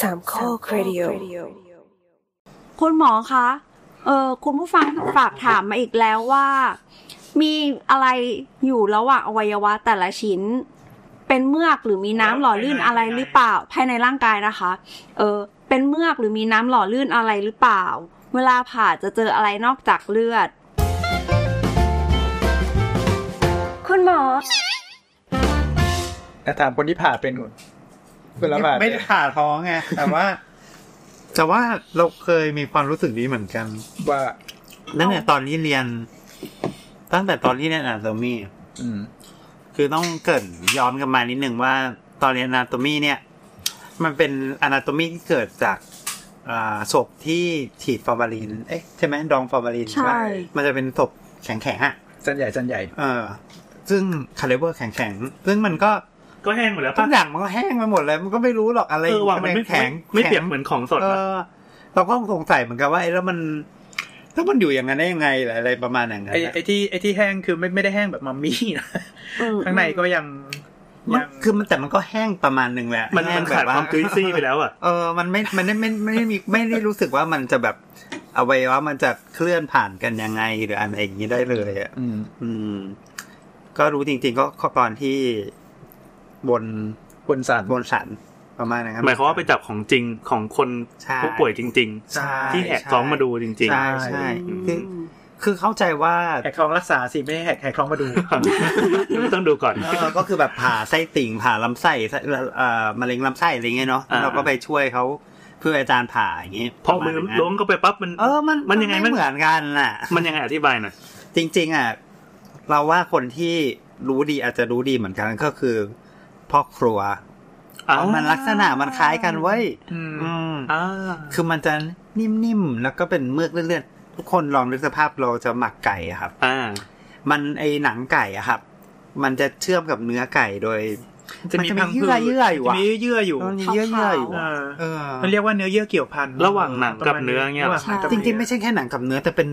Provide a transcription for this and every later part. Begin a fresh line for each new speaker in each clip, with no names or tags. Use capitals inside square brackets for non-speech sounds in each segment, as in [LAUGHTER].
สามข้อครดิโอ
คุณหมอคะ เออคุณผู้ฟังฝากถามมาอีกแล้วว่า มีอะไรอยู่ระหว่างอวัยวะแต่ละชิ้น เป็นเมือกหรือมีน้ำหล่อลื่นอะไรหรือเปล่า ภายในร่างกายนะคะ เออ เป็นเมือกหรือมีน้ำหล่อลื่นอะไรหรือเปล่า เวลาผ่าจะเจออะไรนอกจากเลือด
คุณหมอ
แต่ถามคนที่ผ่าเป็นคุณคุณละผ่า
ไม่ได้ผ่าท้องไงแต่ว่า [LAUGHS] แต่ว่าเราเคยมีความรู้สึกนี้เหมือนกัน
ว่า
ตั้งแต่ตอนที่เรียน ตั้งแต่ตอนที่เรียนอนาโตมี
อืม
คือต้องเกรินย้อนกลับมานิดหนึ่งว่าตอนเรียนอนาโตมีเนี่ย มันเป็นอนาโตมีที่เกิดจากอ่าศพที่ฉีดฟอร์มาลิน เอ๊ะใช่ไหมดองฟอร์มาลิน
ใช่
ปะมันจะเป็นศพแข็งๆอ่ะ
จันใหญ่จันใหญ่
เออ ซึ่งคาลิเบอร์แข็งๆ ซึ่งมันก็
ก็แห้งหมดแล้ว
ทุก
ป่ะ
อย่างมันก็แห้งไปหมดแล้วมันก็ไม่รู้หรอกอะไร
เออว่ะมันไม่
แข็
แข็
ง
งไม่
แข็ง
เปียกเหมือนของสด
เอ
อะ
อเราก็สงสัยเหมือนกันว่าไอ้แล้วมันแล้วมันอยู่อย่างนั้นได้ยังไงอะไรประมาณอย่างนั้น
ไอ้
อะ
ไอ้ที่ไอ้ที่แห้งคือไม่ไม่ได้แห้งแบบมัมมี่ [LAUGHS] นะ
อืม
ข้างในก็ยัง
มัน
ยัง
คือมันแต่มันก็แห้งประมาณหนึ่งแหละ
มัน
แห้
มั
ง
น
แบบ
ขาดความจุยซี่ไปแล้วอ่ะ
เออมันไม่มันไม่ไม่ไม่ได้มีไม่ได้รู้สึกว่ามันจะแบบอวัยวะมันจะเคลื่อนผ่านกันยังไงหรืออะไรอย่างนี้ได้เลยอ่ะ
อืม
อืม ก็รู้จริง ๆ ก็ข้อตอนที่บน
บนสัน
บนสันประมาณนั้นครับ
หมายความว่าไปจับของจริงของคน
ใช่
ผู้ป่วยจริง
ใช่
ๆ ที่แหกท้องมาดูจริง
ใช่ใช่คือคือเข้าใจว่า
แหกคลองรักษาสิไม่ได้แหกแหกคลองมาดู
ๆ ต้องดูก่อน
เออก็คือแบบผ่าไส้ติ่งผ่าลำไส้ไส้เอ่อมะเร็งลำไส้อะไรเงี้ยเนาะ
อ่า
เราก็ไปช่วยเขาเพื่ออาจารย์ผ่าอย่างงี้
พอมือ
ประาณนั้น
ล้วงเข้าไปปั๊บมัน
เออมัน
มันยังไง
ม่
มัน
เหมือนกันน่ะ
มันยังไงอธิบายหน่อย
จริง ๆอ่ะเราว่าคนที่รู้ดีอาจจะรู้ดีเหมือนกันก็คือพ่อครัว
อ้าว
มันลักษณะมันคล้ายกันเว้ย
อืม
อืม
อ่า
คือมันจะนิ่มๆแล้วก็เป็นเมือกเลื่อนๆทุกคนลองนึกสภาพเราจะหมักไก่อะครับ
อ่า
มันไอหนังไก่อะครับ มันจะเชื่อมกับเนื้อไก่โดย
จะมี
มันจะมี
พังผืด
เยื่อเยื่ออยู่อะ
จะมีเยื่ออยู่
มันมีเยื่อๆอยู่อะ
อ่า
เออ
มันเรียกว่าเนื้อเยื่อเกี่ยวพัน
ระหว่างหนังกับเนื้อเงี้ย
ระหว่างหนักับ
จ
เนื้อ
ริงๆไม่ใช่แค่หนังกับเนื้อแต่เป็น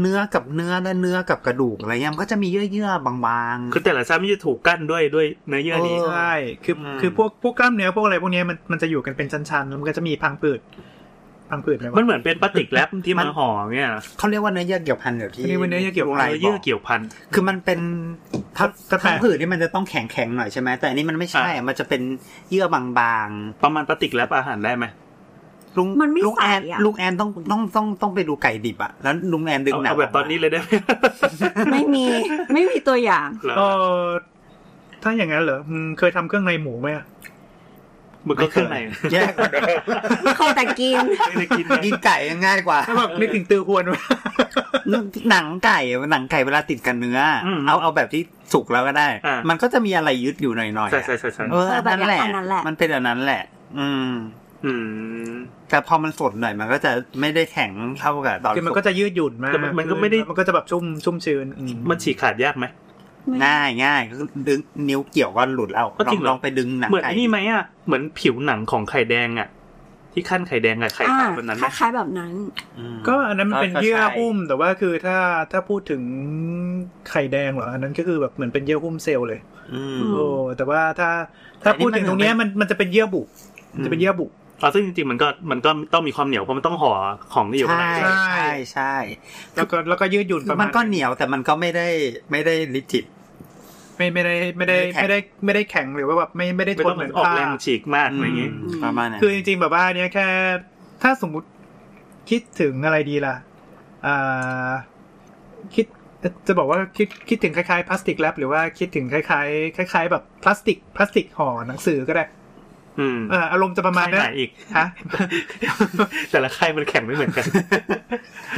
เนื้อกับเนื้อและเนื้อกับกระดูกอะไรเงี้ยมันก็จะมีเยื่อๆบางๆ
คือแต่ละชั้นไม่จะถูกกั้นด้วยด้วยเนื้อเยื่อนี้
เออ
ใช่คือ
อืม
คือพวกพวกกล้ามเนื้อพวกอะไรพวกเนี้ยมันมันจะอยู่กันเป็นชั้นๆแล้วมันก็จะมีพังผืดพังผืดไหม
มั
วะ
นเหมือนเป็นพลาสติกแรปที่มัน
มัน
ห่อเงี้ยนะ
เขาเรียกว่าเนื้อเยื่อเกี่ยวพันแบบที่
เขาเรียกว่าเนื้อเยื่อเกี่ยวพัน
ลุงไร
เนื้อบ เยื่
อ
อก เกี่ยวพัน
คือมันเป็นทับ
กระแทก
ทับผืดนี่มันจะต้องแข็งๆหน่อยใช่ไหมแต่อันนี้มันไม่ใช่
อ่ะ
มันจะเป็นเยื่อบาง
ประมาณพลาสติกแรปอาหารได้ไหม
ๆลุง
มันไม่
ลุงแอน
ใสอ่ะ
ลุงแอนต้องต้องต้องต้องไปดูไก่ดิบอ่ะแล้วลุงแอนดึง
เอา
หนัง
เอาแบบตอนนี้เลยได้ไหม
ไม่มี ไม่มีตัวอย่าง
[LAUGHS]
เหรอ
เออถ้าอย่างนั้นเหรอมึงเคยทำเครื่องในหมูไหมอะ
มันก็เครื่องใน
แยกกัน
เขาแต่กิน
ไม่ได้กิน
กินไก่ง่ายกว่า
ถ้าแบบนึกถึงตือควนไหม
หนังไก่หนังไก่เวลาติดกับเนื้ออ
ม
เอาเอาแบบที่สุกแล้วก็ได้
อ่ะ
มันก็จะมีอะไรยึดอยู่หน่อยๆอ่ะ
ใช่ใช่ใช่ใช่
เอออันนั้นแหละ
อันนั้นแหละ
มันเป็นอันนั้นแหละ อืม
อืม
แต่พอมันสดหน่อยมันก็จะไม่ได้แข็งเท่ากับตอน
คือมันก็จะยืดหยุ่นมาก
แต่มันมันก็ไม่ได้
มันก็จะแบบชุ่มชุ่มชื้นอื
มันฉีกขาดยากไหม
ง่ายง่ายก็คือดึงนิ้วเกี่ยวก็หลุดแล้ว
ก็
ลอ
จริ
ง
งเหรอ
ลองไปดึงหนัง
เหมือน
ไก่
ไอ้นี่ไหมอ่ะ เหมือนผิวหนังของไข่แดงอ่ะ ที่ขั้นไข่แดงกับไข่
อ่า
ขาวแบบนั้น
ค
ไหม
ล้ายๆแบบนั้น
อืม
ก็อันนั้นมันเป็นเยื่อ
ก็ใช่
หุ้ม แต่ว่าคือถ้าถ้าพูดถึงไข่แดงเหรออันนั้นก็คือแบบเหมือนเป็นเยื่อหุ้มเซลล์เลย
อืม
อืม
โอ้แต่ว่าถ้าถ้าพูดถึงตรงเนี้ยมันมันจะเป็นเยื่อบุ
อืม
จะเป็นเยื่อบุ
อ๋อซึ่งจริงๆ มันก็มันก็ต้องมีความเหนียวเพราะมันต้องห่อของที่อยู่ข้าง
ใช่
ใน
ใช่
ใช่ใช่
แล้วก็แล้วก็ยืดหยุ่นประมาณ
มันก็เหนียวแต่มันก็ไม่ได้ไม่ได้ลิจิต
ไม่ไม่ได้ไม่ได้
ไม่
ไม่
ได้
ได้
แข็ง
ไม่ได้แข็งหรือว่าแบบไม่ไม่ได้
ไม่
ทน
ต้อง
เหมือน
ออก
ผ้า
แรงฉีกมากอะไรอย่างงี้
มประมาณนั้น
คือจริงๆแบบว่าเนี้ยแค่ ถ้าสมมุติคิดถึงอะไรดีล่ะอ่าคิดจะบอกว่าคิดคิดถึงคล้ายๆพลาสติกแรปหรือว่าคิดถึงคล้ายๆคล้าย ๆ แบบพลาสติกพลาสติกห่อหนังสือก็ได้
อืม
เอ่ออารมณ์จะประมาณ
ค่าย
นั้
ไห
น
นอีก
ฮะ
แต่ละค่ายมันแข็งไม่เหมือนกัน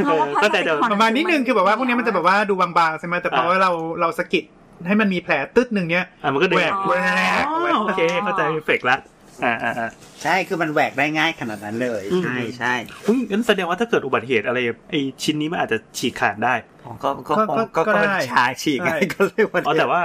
เพราะว่าพลาสติก
เออ
ห่อ
ประมาณนิด
[LAUGHS]
นึงคือแบบว่าพวกเนี้ยมันจะแบบว่าดูบางๆใช่ไหมแต่พอว่าเราเราสะกิดให้มันมีแผลตึ๊ดหนึ่งเนี้ย
อ่ะมันก็เดึ
แห
ง
วกแหว
อ
ก
๋
แหว
อก โอเค เข้าใจเฟกละอ่าอ่าอ่า
ใช่คือมันแหวกได้ง่ายขนาดนั้นเลย
อืม
ใช่ใช่
อุ้ยงั้นแสดงว่าถ้าเกิดอุบัติเหตุอะไรไอชิ้นนี้มันอาจจะฉีกขาดได้
ก็ก็
ก็
คง
ก็
ก็
ก็ได้
เป็นชาฉีก
ใช่
อะไร [LAUGHS] ก็เลยว่า
อ๋อแต่ว่า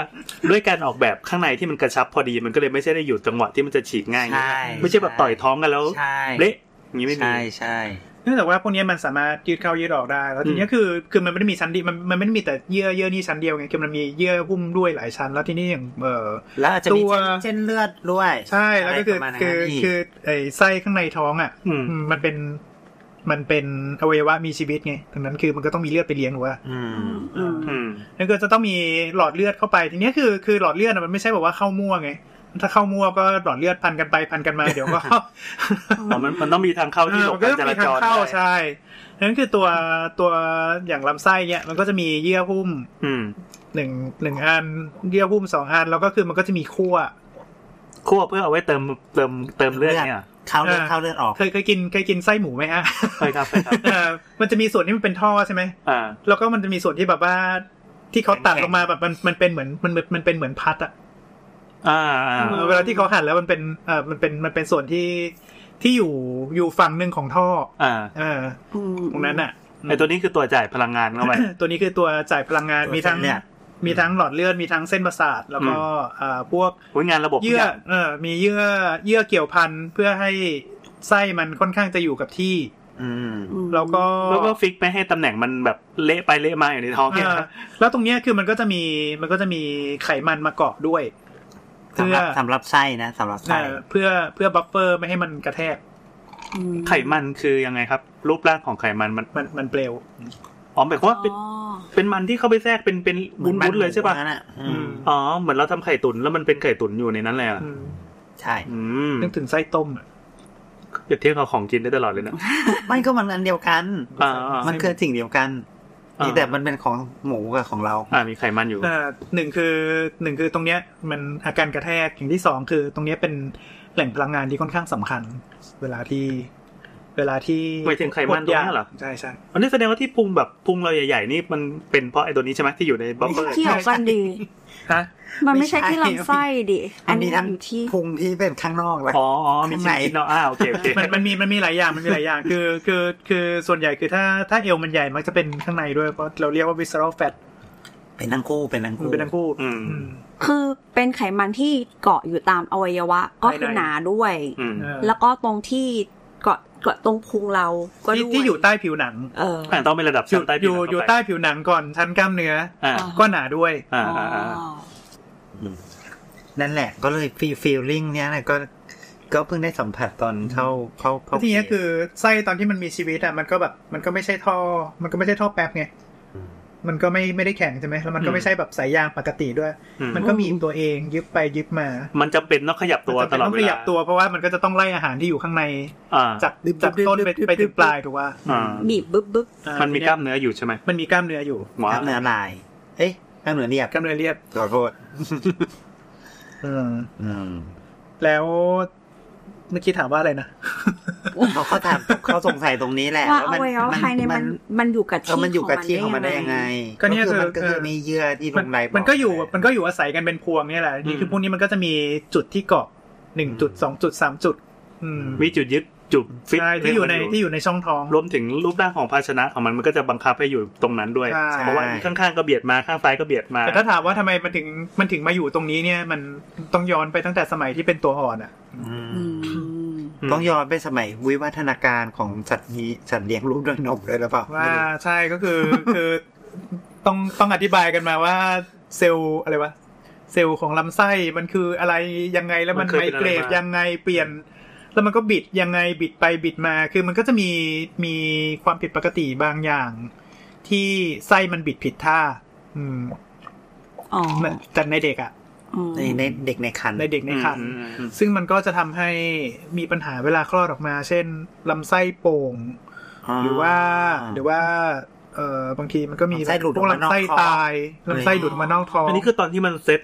ด้วยการออกแบบข้างในที่มันกระชับพอดีมันก็เลยไม่ใช่ได้อยู่จังหวะที่มันจะฉีกง่ายอย่างงี้
ใช่
ไม่ใช่แบบต่อยท้องกันแล้ว
ใช่
เละอย่างนี้ไม่มี
ใช่ใช่
เนื่องจากว่าพวกนี้มันสามารถยืดเข้ายืดออกได้ แล้วทีเนี้ยคือคือมันไม่ได้มีชั้นเดียวมันมันไม่ได้มีแต่เยื่อเยื่อนี่ชั้นเดียวไงคือมันมีเยื่อหุ้มด้วยหลายชั้น แล้วทีนี้อย่างเออ
แล้วอาจจะมี
ตัว
เส้นเลือดด้วย
ใช่แล้วก็คือะ
ป
ไร
ระมาณนั้น
คือ
อีก
คือไอ้ไส้ข้างในท้องอ่ะ
อืม
อืมมันเป็นมันเป็นอวัยวะมีชีวิตไงดังนั้นคือมันก็ต้องมีเลือดไปเลี้ยงหรือว่า
อืม
อืม
อืม
นั่นก็จะต้องมีหลอดเลือดเข้าไป ทีเนี้ยคือคือหลอดเลือดอะมันไม่ใช่แบบว่าเข้ามั่วไง ถ้าเข้ามั่วก็หลอดเลือดพันกันไปพันกันมา เดี๋ยวก็
อ๋อมันมันต้องมีทางเข้าที่หลบ
เอ
การ
อ
จ
มันก็มี
ราจ
ทาง
ร
เข้า
ด้วย
ใช่ดังนั้นคือตัวตัวอย่างลำไส้เนี่ยมันก็จะมีเยื่อหุ้ม
อืม
หนึ่งหนึ่งอันเยื่อหุ้มสองอันแล้วก็คือมันก็จะมีขั้ว
คั่วเพื่อเอาไว้เติมเติมเติมเลือด
เลือด
เนี่ย
เข้าเลือด
เออ
เข้าเลือดออก
เคยเคยกินเคยกินไส้หมูไหม
[LAUGHS]
ฮะ
เคยครับเคยครับ
เออมันจะมีส่วนที่มันเป็นท่อใช่ไหม
อ่า
แล้วก็มันจะมีส่วนที่แบบว่าที่เขาตัด
แข็งๆ
ลงมาแบบมันมันเป็นเหมือนมันมันมันเป็นเหมือนพัดอะ
อ่าอ่า
เออเวลาที่เขาหั่นแล้วมันเป็นเออมันเป็นมันเป็นส่วนที่ที่อยู่อยู่ฝั่งหนึ่งของท่อ
อ่า
เออ
อืม
ตรงนั้นอะ
ไอตัวนี้คือตัวจ่ายพลังงานเข้าไป
ตัวนี้คือตัวจ่ายพลังงานมีทั้ง
เนี่ย
มีทั้งหลอดเลือดมีทั้งเส้นประสาท แล้วก็เอ่อพวก
โอ้ยงานระบบทุก
เยื่อ
อย่าง
เออมีเยื่อเยื่อเกี่ยวพันเพื่อให้ไส้มันค่อนข้างจะอยู่กับที่
อืม
อืม
แล้วก็
แล้วก็ฟิกไม่ให้ตำแหน่งมันแบบเละไปเละมาอยู่ในท้องเนี่ย
อ่าแล้วตรงเนี้ยคือมันก็จะมีมันก็จะมีไขมันมาเกาะด้วย
สำ
เพื่อ
หรับสำหรับไส้นะสำหรับไส้
เอ่อเพื่อเพื่อบัฟเฟอร์ไม่ให้มันกระแทก
ไขมันคือยังไงครับ รูปร่างของไขมันมัน
มันมันเปลว
อ๋อหมายความว่าเป็นเป็นมันที่เข้าไปแทรกเป็นเป็น
หมือมั
วุ้นๆเลยใช่ป่ะ
หมือนนั้นออืม
ม
อ๋อเหมือนเราทำไข่ตุ๋นแล้วมันเป็นไข่ตุ๋นอยู่ในนั้นเลยอ่ะ
อืม
ใช่
อืม
นึกถึงไส้ต้มอะ
เปรียบเทียบกับของกินได้ตลอดเลยนะ
ไม่ก็มันอันเดียวกัน
อ่ามั
มันคือสิ่งเดียวกัน
อ่า
นี่แต่มันเป็นของหมูกับของเรา
อ่ามีไขมันอยู่
อ่าหนึ่งคือหนึ่งคือตรงเนี้ยมันอาการกระแทกอย่างที่สองคือตรงเนี้ยเป็นแหล่งพลังงานที่ค่อนข้างสำคัญ เวลาที่ เวลาที่
หมายถึงไขมันตรงเนี้ยเหรอ
ใช่ใช่
อันนี้แสดงว่าที่พุงแบบพุงเราใหญ่ๆนี่มันเป็นเพราะไอ้ตัวนี้ใช่ไหมที่อยู่ในบัฟเฟอร์
เกี่ยวกันดี
ฮะ
มันไม่ใช่ที่ลำไส้ดิ อัน
มี
นี้
ทั้
อ
ง
ยู่ที่
พุงที่เป็นข้างนอกและ
อ๋ออ๋อมี
ข้าง
ชิ้น
ใน
ชิ้นเนาะอ้าวโอเคโอเค
มันมันมีมันมีหลายอย่างมันมีหลายอย่างคือคือคือส่วนใหญ่คือถ้าถ้าเอวมันใหญ่มักจะเป็นข้างในด้วยเพราะเราเรียกว่า visceral fat
เป็นทั้งคู่เป็นทั้ง
มัน
คู่
เป็นทั้งคู่
อืม
อืม
คือเป็นไขมันที่เกาะอยู่ตามอวัยวะ ก็คือ
ภายใน
หนาด้วย
อืม
เออ
แล้วก็ตรงที่เกาะเกาะตรงพุงเราก็
ที่
ด้ว
ที่อยู่ใต้ผิวหนัง
เออ
อ่าต้องเป็นระดับ
อยู่
ชั้นใต้
อ
ผิว
ยู่
หนัง
อยู่
เข้าไป
ใต้ผิวหนังก่อนชั้นกล้ามเนื้อ
อ่า
ก็หนาด้วย
อ่า
อ๋อ
อ่าอ่า
นั่นแหละ ก็เลยฟีลฟีลลิ่งเนี้ยนะก็ก็เพิ่งได้สัมผัสตอนเข้าเข้าเข้า
ทีเนี้ยคือไส้ตอนที่มันมีชีวิตอ่ะมันก็แบบมันก็ไม่ใช่ท่อ มันก็ไม่ใช่ท่อแป๊บไงมันก็ไม่ไม่ได้แข็งใช่ไหมแล้วมันก็ไม่ใช่แบบสายยางปกติด้วย
อืม
มันก็มีตัวเองยึบไปยึบมา
มันจำเป็นต้องขยับตัว
มัน
ต
จะ
ลอด
ต้อง
เว
ขยั
ลา
บตัวเพราะว่ามันก็จะต้องไล่อาหารที่อยู่ข้างใน
อ่า
จากจากต้นไปไปถึงปลายถูกว่า
อ่า
บีบบึ๊บบึ๊บ
มันมีกล้าม
ม
เนื้ออยู่ใช่ไหม
มันมีกล้ามเนื้ออยู่
ก
ว้า
ล้ามเนื้อลาย เอ๊ะกล้ามเนื้อเรียบ
กล้ามเนื้อเรียบ
ขอโทษ
อืม
อืม
แล้วเมื่อกี้ถามว่าอะไรนะ
เขาเขาถามเขาสงสัยตรงนี้แหละ
ว่าอ
มัน
วัยวะภายในมันมันอยู่กับ
เอ
ที่
อมันอยู่กับที่ของมันได้ยังไง
ก็เนี่ย
คือ
คือ
มันก็คือมีเยื่อที่ล
มัน
งใน
มันก็อยู่
บ
มันก็อยู่อาศัยกันเป็นพวงเนี่ยแหละนี่คือพวกนี้มันก็จะมีจุดที่เกาะหนึ่งจุดสองจุดสามจุด อืม
มีจุดยึดจุดฟิก
ใช่ที่อยู่ใน
เรื่งมั
ที่อยู่ในช่องท้อง
รวมถึงรูปร่างของภาชนะของมันมันก็จะบังคับให้อยู่ตรงนั้นด้วย
ใช่
เพราะว่าข้างๆก็เบียดมาข้างซ้ายก็เบียดมา
แต่ถ้าถามว่าทำไมมันถึงมันถึงมาอยู่ตรงนี้เนี่ยมันต้องย้อนไปตั้งแต่สมัยที่เป็นตัวอ่อนอ่ะ
อื
อื
ม
ม
ม
ต้องย้อนไปสมัยวิวัฒนาการของสัตว์นี้สัตว์เลี้ยงรูปด้วยนมเลยหรือเปล่า
ว่าใช่ก็คือ [LAUGHS] คือต้องต้องอธิบายกันมาว่าเซลล์อะไรวะเซลล์ของลำไส้มันคืออะไรยังไงแล้วมันไมเกรดยังไงเปลี่ยน แล้วมันก็บิดยังไงบิดไปบิดมา คือมันก็จะมีมีความผิดปกติบางอย่าง ที่ไส้มันบิดผิดท่า อืม
อ๋อ
แต่ในเด็กอะ
อืม
ในในเด็กในคัน
ในเด็กในครรภ์
อืมอืม
ซึ่งมันก็จะทำให้มีปัญหาเวลาคลอดออกมา เช่นลำไส้โป่ง หรือว่าหรือว่าเอ่อบางทีมันก็มี
ลำไส้หลุด
พวกลำไส้
ออกมานอกท้อง
ตายลำไส้หลุดออกมานอกท้อง
อันนี้คือตอนที่มันเซ็ต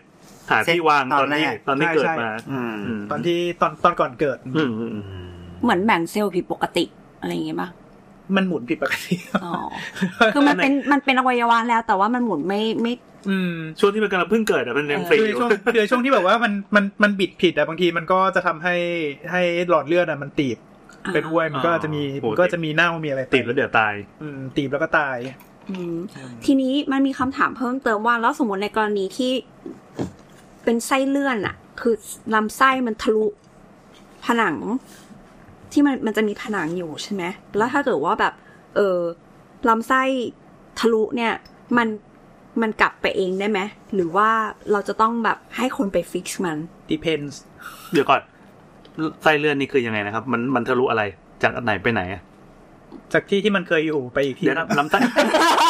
หาที่วางตอนที่
เซ็ต
ต
ต
อ
อน นแรก
ที่เกิดมา
อืม
ม
ตอนที่ตอนตอนก่อนเกิด
อืมอืมอืม
เหมือนแบ่งเซลล์ผิดปกติอะไรอย่างเงี้ยป่ะ
มันหมุนผิดปกติ
อ๋อคือมันเป็นมันเป็นอวัยวะแล้ว แต่ว่ามันหมุนไม่ไม่
อืม
ช่วงที่มันกำลังเพิ่งเกิดอะมันยังฟรี
คือ
อยู่
ช่วงคือช่วงที่แบบว่ามันมันมันบิดผิดอะบางทีมันก็จะทำให้ให้หลอดเลือดอะมันตีบ
อ่า
เป็นอ้วยมันก็จะมี
โอ้โห
มันก็จะมีเน่ามีอะไรไป
ติดแล้วเดี๋ยวตาย
อืมตีบแล้วก็ตาย
อืมทีนี้มันมีคำถามเพิ่มเติมว่า แล้วสมมติในกรณีที่เป็นไส้เลื่อนอะคือลำไส้มันทะลุผนัง ที่มันมันจะมีผนังอยู่ใช่ไหมแล้วถ้าเกิดว่าแบบ เออลำไส้ทะลุเนี่ย มันมันกลับไปเองได้ไหมหรือว่าเราจะต้องแบบให้คนไปฟิกซ์มัน
depends
เดี๋ยวก่อนไส้เลื่อนนี่คือยังไงนะครับ มันมันทะลุอะไรจากอันไหนไปไหนอะ
จากที่ที่มันเคยอยู่ไปอีกที่
เดี๋ยวนะลำไส้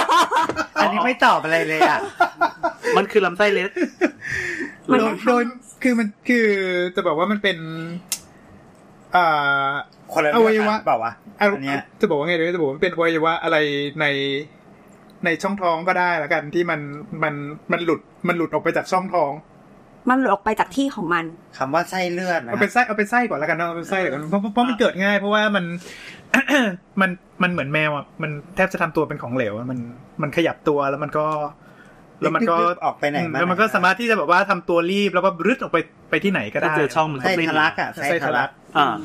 [LAUGHS]
อันนี้ไม่ตอบอะไรเลยอ่ะ
มันคือลำไส้เล็ก
มัน
โด
ได้
ย
ทำ
โดยคือมันคือจะบอกว่ามันเป็น อ่า
คนละ
อวัยวะ
เรื่องกันเปล่าวะ
อะ
อันเนี้ย
จะบอกว่าไงเลยจะบอกว่ามันเป็นอวัยวะอะไรในในช่องท้องก็ได้ละกันที่มันมันมันหลุดมันหลุดออกไปจากช่องท้อง
มันหลุดออกไปจากที่ของมัน
คำว่าไส้เลือดนะ
เอาเป็นไส้เอาเป็นไส้ก่อนแล้วกันเนาะเอาเป็นไส้ก่อนเพราะเพราะเพราะมันเกิดง่าย เพราะว่ามัน [COUGHS] มันมันเหมือนแมวอ่ะมันแทบจะทำตัวเป็นของเหลวอะมันมันขยับตัวแล้วมันก็ แล้วมันก็
ดึๆออกไปไหน
แล้วมันก็สามารถที่จะแบบว่าทำตัวรีบแล้วก็รึดออกไปไปที่ไหนก็
ถ้า
ได้
เจอช่องมันก็
ไส้
ปลิ้น
ทะลักอ่ะ
ไส้ทะลัก
อ่า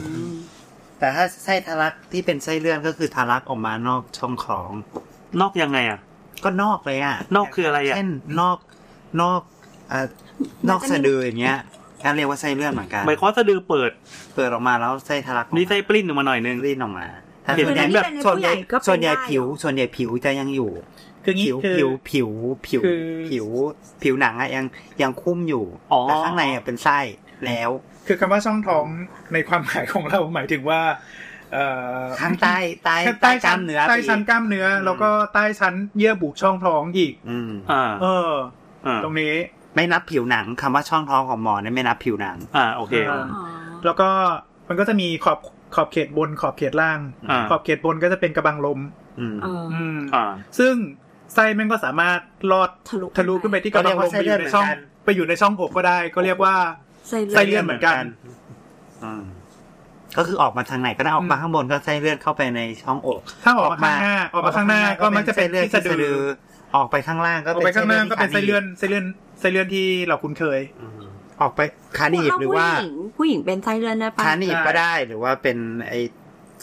แต่ถ้าไส้ทะลักที่เป็นไส้เลื่อนก็คือทะลักออกมานอกช่องของ
นอกยังไงอ่ะ
ก็นอกเลยอ่ะ
นอกคืออะไรอ่ะ
เช่นนอกนอกอ่านอกสะดืออย่างเงี้ยนั่นเรียกว่าไส้เลื่อนเหมือนกัน
หมายความว่าสะดือเปิด
เปิดออกมาแล้วไส้ทะลักออกมา
นี่ไส้ปลิ้นออกมาหน่อยนึง
รีดออกมาถ้า
เห็น
ส่วใหญ่
แบบ
ส่วน
ผู้
ใหญ่
ใหญ่ก็เป็น
ส่วนใหญ่
ได้
ผิว ส่วนใหญ่ผิวจะยังอยู่
คืองี้
ผิว
คือ
ผิวผิวผิว
คือ
ผิวผิวหนังอะยังยังคุ้มอยู่
อ๋อ
แต่ข้างในอะเป็นไส้แล้ว
คือคำว่าช่องท้องในความหมายของเราหมายถึงว่า เอ่อ
ข้างใต้ใต้
ใต้
ก
ชั้
ล้าน มเนื้อ
ใต้ชั้น
ไปอีก
กล้ามเนื้ออแล้วก็ใต้ชั้นเยื่อบุช่องท้องอีก
อืม
อ่า
เออ
อ่า
ตรงนี้
ไม่นับผิวหนังคำว่าช่องท้องของหมอเนี่ยไม่นับผิวหนัง
อ่าโอเค
อ่า แล้วก็มันก็จะมีขอบขอบเขตบนขอบเขตล่าง
อ่า
ขอบเขตบนก็จะเป็นกระบังลม
อืม
เออ
อืม
อ่า
ซึ่งไส้แมันก็สามารถลอด
ทะลุ
ทะลุขึ้นไปที่กระบังลม
ก็
ไป
เรีกว่าไส้
อย
เลื่อน
ยู่ในช่อง
เหมือนกัน
ไปอยู่ในช่องอกก็ได้ ก็เรียกว่า
ไส้
ไส้
เลื
เลื่
อด
อนเหมือนกัน
อืมก็คือออกมาทางไหนก็ได้ออกมาข้างบนก็ไส้เลือดเข้าไปในช่องอก
ถ้าออกมาข้างหน้าออกมาข้างหน้าก็มักจะเป็นที่สะดือ
ออกไปข้างล่างก็
ออกไปข้างหน้าก็เป็นไส้เลื่อน
ที่
ไส้เลื่อนไส้เลื่อนที่เราคุ้นเคย
อืมออกไปขาหนีบหรือว่า
ผู้หญิงผู้หญิงเป็นไส้เลือดได้ปะ
ขาหนีบก็ได้หรือว่าเป็นไอ้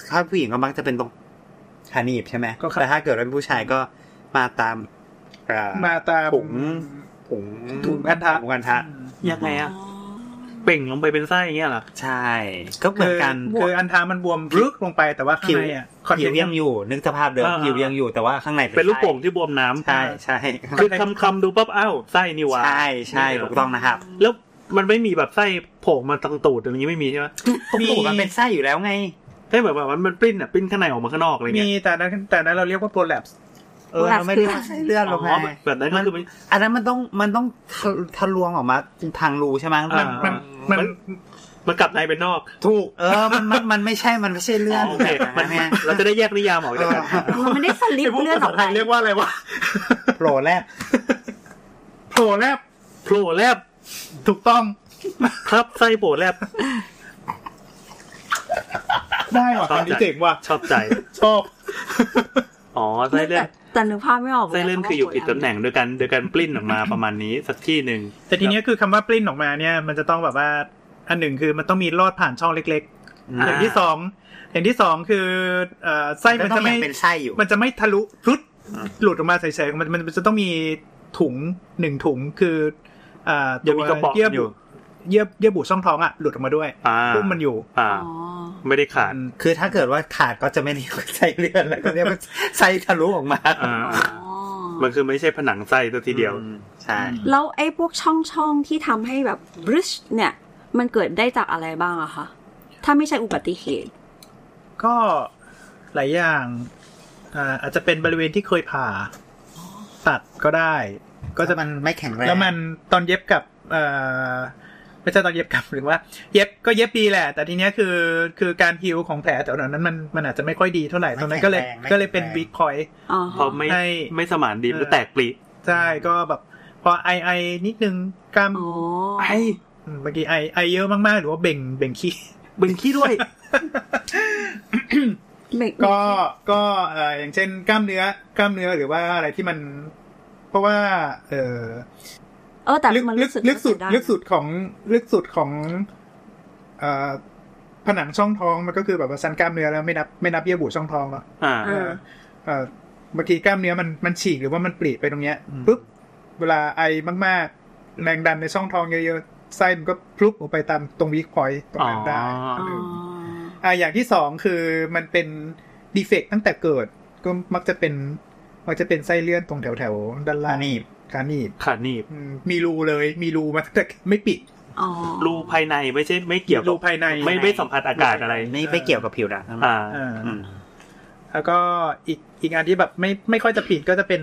ถ้าผู้หญิงก็มักจะเป็นตรงขาหนีบใช่ไหม
ก็ครับ
แต่ถ้าเกิดเป็นผู้ชายก็มาตามเอ่อ
มาตาม
ถุง ถุง
ถุงอันทะ
ถุงกันทะ
ยังไงอ่ะ เป่งลงไปเป็นไส้อย่างเงี้ยเหรอ
ใช่ ก็เหมือนกัน
คืคืออันทามันบวมรึกลงไปแต่ว่าข้างในอ่ะคอนเท
ผิ
น
ว
ต์
ยังอยู่นึกสภาพเดิม
อ่าๆ
ผิวยังอยู่แต่ว่าข้างใน
เป็นลูกโป่งที่บวมน้ำ
ใช่ใช่
คือคำคำๆดูปั๊บอ้าวไส้นี่หวา
ใช่ใช่ถูกต้องนะครับ
แล้วมันไม่มีแบบไส้โผล่มาตรงตูดอะไรอย่างงี้ไม่มีใช่ไหม
ตรงตูดมันเป็นไส้อยู่แล้วไง
ได้แบบว่ามันปลิ้นอ่ะปลิ้นข้างในออกมาข้างนอกอะไร
มี
เงี้ย
แต่นั้นแต่นั้นเราเรียกว่าโปรแลปส์
เออเราไม่ได้ว่าไส้เลือดหรอกไง
แบบนั้นก็คือมัน
อันนั้นมันต้องมันต้องทะทะลวงออกมาทางรูใช่ไหม
อ่า
มัน
มันมัน
มัน มันกลับในเป็นนอก
ถูกเออมันมันมันไม่ใช่มันไม่ใช่เลือด
โอเคมัน
นะฮะ
เราจะได้แยกนิยามออก
เอ
จาก
อ
กัน
มันไม่ได้สลิปเลือดออกไป
เรียกว่าอะไรวะ
โผล่แรก
โปรแลบ
โผล่แลบ
ถูกต้อง
ครับไส้โผล่แลบ
ได้ว่ะ
ต้อง
อันนี้
จัด
เจ๋งว่ะ
ชอบใจ
ชอบ
อ๋อไส้เลื่อน
แต่แต่นึกภาพไม่ออก
ไส้เลื่อนคืออยู่ผิดตำแหน่งโดยการโดยการปลิ้นออกมาประมาณนี้สักที่หนึ่ง
แต่ทีเนี้ยคือคำว่าปลิ้นออกมาเนี่ย มันจะต้องแบบว่าอันหนึ่งคือมันต้องมีลอดผ่านช่องเล็กๆ อย่างที่สองอย่างที่สองคือเอ่อไส้
มั
มัน น
ต้อ
จะ
ง
ไม่
ยังเป็นไส้อยู่
มันจะไม่ทะลุรุด
อ่า
หลุดออกมาเฉยๆมันมันจะต้องมีถุงหนึ่งถุงคืออ่า
ยังมีกระป๋อง
เยื่อ
อ
บุ
ยู่
เยื่อเยื่อบุช่องท้องอ่ะหลุดออกมาด้วย
อ่า
พุ่มมันอยู่
อ่า
อ๋อ
ไม่ได้ขาด
คือถ้าเกิดว่าขาดก็จะไม่เรียกว่าไส้เลือดแล้วก็เรียกว่า [LAUGHS] ไส้ทะลุออกมา
อ๋
อ่า
อ
อ่ามันคือไม่ใช่ผนังไส้ตัวทีเดียว
อืมใช่
แล้วไอ้พวกช่องช่องๆที่ทำให้แบบบริชเนี่ย มันเกิดได้จากอะไรบ้างอะคะ ถ้าไม่ใช่อุบัติเหตุ
ก็หลายอย่างอ่าอาจจะเป็นบริเวณที่เคยผ่า ตัดก็ได้ ก็
ก็
จะ
จะมันไม่แข็งแรง
แล้วมันตอนเย็บกับเอ่อไม่ใช่ตอนเย็บกลับหรือว่า เย็บก็เย็บดีแหละ แต่ทีเนี้ยคือคือการฮิวของแผลแถวนั้นมันมันอาจจะไม่ค่อยดีเท่าไหร่ตรงนั้นก็เลยก็เลยเป็นบิ๊กพอย
อ๋อ
พอไม่
ให้
ไม่สมานดี
เออ
หรือแตกปลิ
ใช่ก็แบบพอไอไอนิดนึงกล้าม
อ๋อ
ไอ
เมื่อกี้ไอไอเยอะมากๆ หรือว่าเบ่งเบ่งขี้
บึงขี้ด้วย
เบรก
ก็ก็เอ่ออย่างเช่นกล้ามเนื้อกล้ามเนื้อหรือว่าอะไรที่มัน เพราะว่า เออ
เออแต่
ลึก
มัน
ลึ
รู้
ก
สึก
ลึกสุด
ไนะ
ลึกสุดของลึกสุดของเอ่อผนังช่องท้องมันก็คือแบบว่าชั้นกล้ามเนื้อแล้วไม่นับไม่นับเยื่อบุช่องท้องหรอก
อ่า
เออเอ่อบางทีกล้ามเนื้อมันมันฉีกหรือว่ามันปรีไปตรงเนี้ยปุ๊บเวลาไอมากๆแรงดันในช่องท้องเยอะๆไส้มันก็พลุบออกไปตามตรงวีคพอยต์ตรงนั้นได้
อ๋อ
อ๋อ
เออ อ่าอย่างที่สองคือมันเป็นดีเฟกตั้งแต่เกิด ก็มักจะเป็นมักจะเป็นไส้เลื่อนตรงแถวแถวๆด้านล่าง
อันนี้
การหนีบ
ขาดหนีบ
อืมมีรูเลย มีรูมาตั้งแต่ไม่ปิด
อ๋อ
รูภายในไม่ใช่ไม่เกี่ยว
รู
กับ
ภายใน
ไม่ไม่สัมผัสอากาศอะไร
ไม่ไม่เกี่ยวกับผิวหนังทั้งนั้น
อ่า
อ่า
อืม
แล้วก็อีกอีกอันที่แบบไม่ไม่ค่อยจะปิดก็จะเป็น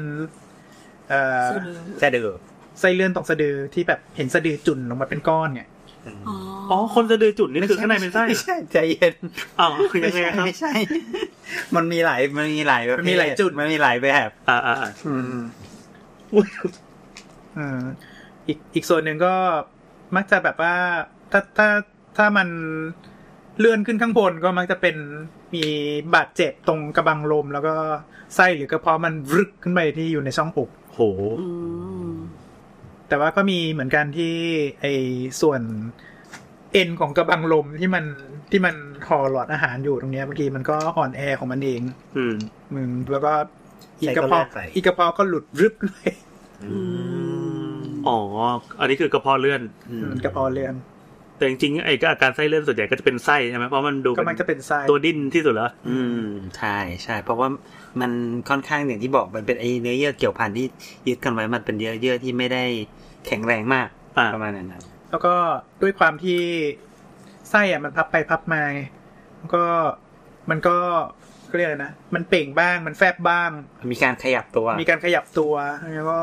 เอ่อ
จะเดือ
ไส้เลื่อนตรงสะดือที่แบบเห็นสะดือจุ่นลงมาเป็นก้อนเนี่ย
อ๋อ
อ๋อ คนจะดือจุดนี่คือข้างในเป็นไส้เหร
ไม่
อ
ใช่ใจเย็น
อ้าวคือยั
ไม่
งไง
ใช่
ครับ
ไม่ใช่ [LAUGHS] มันมีหลายมันมีหลายประเภท
มันมีหลายจุด
มันมีหลายแบบ
อ่าอ่าอ่า
เอ่อ [LAUGHS] อีกอีกส่วนหนึ่งก็มักจะแบบว่าถ้าถ้าถ้ามันเลื่อนขึ้นข้างบนก็มักจะเป็นมีบาดเจ็บตรงกระบังลม แล้วก็ไส้หรือกระเพาะมันรึกขึ้นไปที่อยู่ในช่องอก
โห
อืม
แต่ว่าก็มีเหมือนกันที่ไอส่วนเอ็นของกระบังลมที่มันที่มันห่อหลอดอาหารอยู่ตรงเนี้ยบางทีมันก็อ่อนแอของมันเอง
อืม
อืมแล้วก็อีกกระเพาะอีกกระเพาะก็หลุดรึบเลย
อ๋อ อันนี้คือกระเพาะเลื่อน
อื
อื
ม
ม [LAUGHS] กระเพาะเลือน
แต่จริงๆไอ้อาการไส้เลื่อนส่วนใหญ่ก็จะเป็นไส้ใช่ไหมเพราะมันดู
ก็มันจะเป็นไส้
ตัวดิ้นที่สุดแล้ว
อืมใช่ใช่เพราะว่ามันค่อนข้างอย่างที่บอกมันเป็นไอเนื้อเยื่อเกี่ยวพันที่ยึดกันไว้มันเป็นเนื้อเยื่อที่ไม่ได้แข็งแรงมาก
อ่า
ประมาณนั้นครับ
แล้วก็ด้วยความที่ไส้อะมันพับไปพับมาไงมันก็มันก็เขาเรียกอะไรนะ มันเป่งบ้าง มันแฟบบ้าง
มีการขยับตัว
มีการขยับตัว แล้วก็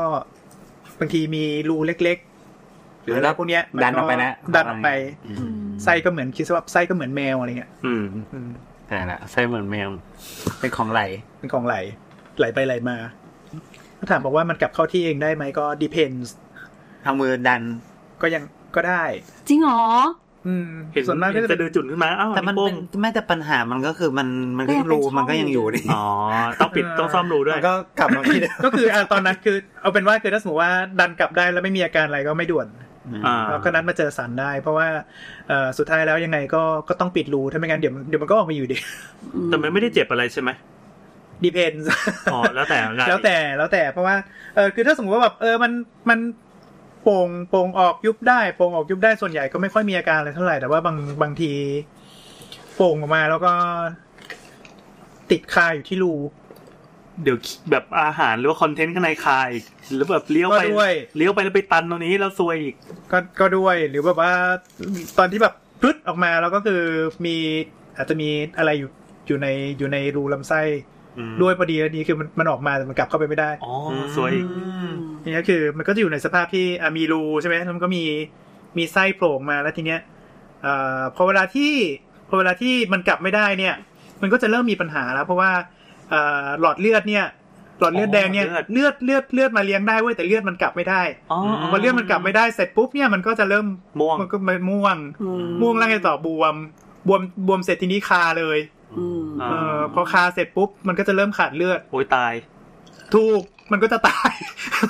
บางทีมีรูเล็กๆ หรืออะไรพวกเนี้ยมั
ดันออกไปนะ
ดันออกไป
อืม
ไส้ก็เหมือนคิดซะว่าไส้ก็เหมือนแมวอะไรเงี้ย
อืม
อืม
แต่ละไส้เหมือนแมวเป็นของไหล
เป็นของไหล ไหลไปไหลมา ถ้าถามบอกว่ามันกลับเข้าที่เองได้ไหมก็ depends
เอามือดัน
ก็ยังก็ได้
จริงเหรอ
อืม
เห็น
ส่วนมากก็จะ
จะ
เป็น
ดือจุดขึ้นมาอ้าว
แต่มัน
โป้
เป็
ง
นไม่แต่ปัญหามันก็คือมันมัน
ก็
ก็
ยังเป็น
รู
ช่อง
มันก็ยังอยู่ดิ
อ๋อ ต้องปิดต้องซ่อมรูด้วย
มันก็กลับมาที่เดิม
ก็คืออ่ะตอนนั้นคือ เอาเป็นว่าคือถ้าสมมติว่าดันกลับได้แล้วไม่มีอาการอะไรก็ไม่ด่วน
อ่า
แล้วก็นัดมาเจอสันได้ เพราะว่าเอ่อสุดท้ายแล้วยังไงก็ก็ต้องปิดรูถ้าไม่งั้นเดี๋ยวมันเดี๋ยวมันก็ออกมาอยู่ดี [LAUGHS]
อื
แต่มันไม่ได้เจ็บอะไรใช่ไหม [LAUGHS]
depends
อ๋อ แล้วแต่ราย
[LAUGHS] แล้วแต่แล้วแต่เพราะว่าเออคือถ้าสมมติว่าแบบเออมันมันโป่งโป่งออกยุบได้โป่งออกยุบได้ส่วนใหญ่ก็ไม่ค่อยมีอาการอะไรเท่าไหร่แต่ว่าบางบางทีโป่งออกมาแล้วก็ ติดคาอยู่ที่รู
เดี๋ยวแบบอาหารหรือว่าคอนเทนต์ข้างในคายหรือแบบเลี้ยวไป
ก็ด้วย
เลี้ยวไปแล้วไปตันตรงนี้แล้วซวยอีก
ก็ก็ด้วยหรือแบบว่าตอนที่แบบพึดออกมาแล้วก็คือมีอาจจะมีอะไรอยู่อยู่ในอยู่ในรูลำไส้ ด้วยพอดีแล้วนี้คือมันมันออกมาแต่มันกลับเข้าไปไม่ได้
อ๋อซวยอีก
นี่ก็คือมันก็จะอยู่ในสภาพที่อ่ะมีรูใช่ไหมแล้วมันก็มีมีไส้โผล่ออกมาแล้วทีเนี้ยเอ่อพอเวลาที่พอเวลาที่มันกลับไม่ได้เนี่ย มันก็จะเริ่มมีปัญหาแล้ว เพราะว่าเอ่อหลอดเลือดเนี่ย หลอดเลือดแดงเนี่ย
อ๋อ
เลือดเลือดเลือดมาเลี้ยงได้เว้ยแต่เลือดมันกลับไม่ได้
อ๋ออ๋อ
พอเลือดมันกลับไม่ได้เสร็จปุ๊บเนี่ยมันก็จะเริ่ม
ม่วง
มันก็มันม่วง
อืม
ม่วงแล้วไงต่อบวมบวมบวมเสร็จทีนี้คาเลย
อืม
อ่า
เออพอคาเสร็จปุ๊บมันก็จะเริ่มขาดเลือด
โอ้ยตาย
ถูกมันก็จะตาย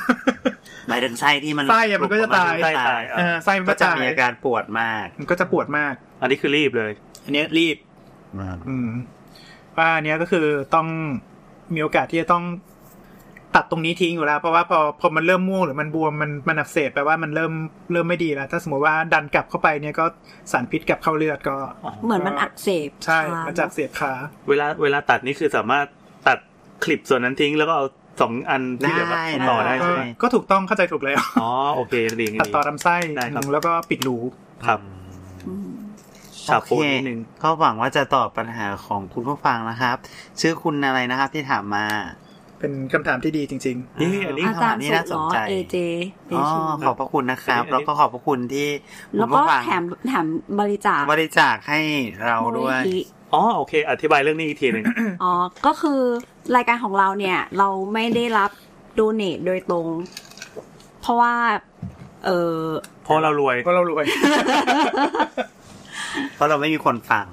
[LAUGHS]
หมายถึงไส้ที่มัน
ไส้อะมันก็จะตาย
หลุดออกม
ไส้ตาย
เออไส้มัน
ก็
ก็
จะ
ตาย
มีอาการปวดมาก
มันก็จะปวดมาก
อันนี้คือรีบเลย
อันนี้รีบ
อืมว่าอันเนี้ยก็คือต้องมีโอกาสที่จะต้องตัดตรงนี้ทิ้งอยู่แล้ว เพราะว่าพอพอมันเริ่มม่วงหรือมันบวมมันมันอักเสบแปลว่ามันเริ่มเริ่มไม่ดีแล้ว ถ้าสมมติว่าดันกลับเข้าไปเนี่ยก็สารพิษกลับเข้าเลือดก็
เหมือนมันอักเสบ
ใช่
ค่ะ
มันจะอักเสบขา
เวลาเวลาตัดนี่คือสามารถตัดคลิปส่วนนั้นทิ้ง แล้วก็เอาสองอันที่เหลือมา
ได้
ต่อได้
ก็
ใช่ไหม
ก็ถูกต้องเข้าใจถูกแล้ว
อ๋อโอเคดีดี
ตัดต่อลำไส้
ได้ครับ
แล้วก็ปิดรู
ครับ
อืม
ชา
โอ
โป
เคน
นิดนึง
ก็หวังว่าจะตอบปัญหาของคุณผู้ฟังนะครับ ชื่อคุณอะไรนะครับที่ถามมา
เป็นคำถามที่ดีจริง ๆ
นี่อันนี้
อาจารย์สุ
คำถมนี่
ด
น่าส
เหร
น
อ
ใจ
เอเจเอ
อ๋อ
ชิ
ขอบพระคุณนะครับ
อันนี้
แล้วก็ขอบพระคุณที่คุณ
แล้วก็
ผู้ฟัง
แถมแถมบริจาค
บริจาคให้เราด้วย
มูลนิธิ
อ๋อโอเค อธิบายเรื่องนี้อีกทีหนึ่ง
อ๋อ ก็คือรายการของเราเนี่ย เราไม่ได้รับโดเนทโดยตรง เพราะว่า เออ
เพราะเรารวย
ก็เรารวย
เพราะเราไม่มีคนฟัง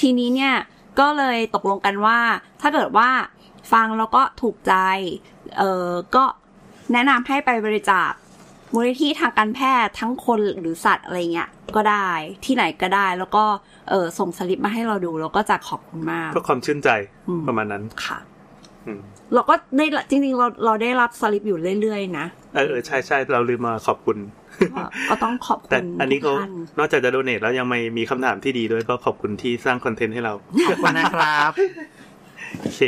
ทีนี้เนี่ย ก็เลยตกลงกันว่า ถ้าเกิดว่าฟังแล้วก็ถูกใจ เออก็แนะนำให้ไปบริจาคมูลนิธิทางการแพทย์ทั้งคนหรือสัตว์อะไรเงี้ย ก็ได้ที่ไหนก็ได้ แล้วก็เออส่งสลิปมาให้เราดู แล้วก็จะขอบคุณมาก
เพื่อความชื่นใจ
อืม
ประมาณนั้น
ค่ะ
อืม
เราก็ได้จริงๆเราเราได้รับสลิปอยู่เรื่อยๆนะ
เออเออใช่ใช่เราลืมมาขอบคุณ
ก็ก็ต้องขอบ
แต่
คุณ
อันนี้ก็
ทุท่าน
นอกจากจะโดเนทแล้วยังไม่มีคำถามที่ดีด้วยก็ขอบคุณที่สร้างคอนเทนต์ให้เรา
ขอบคุณนะครับ
โอเค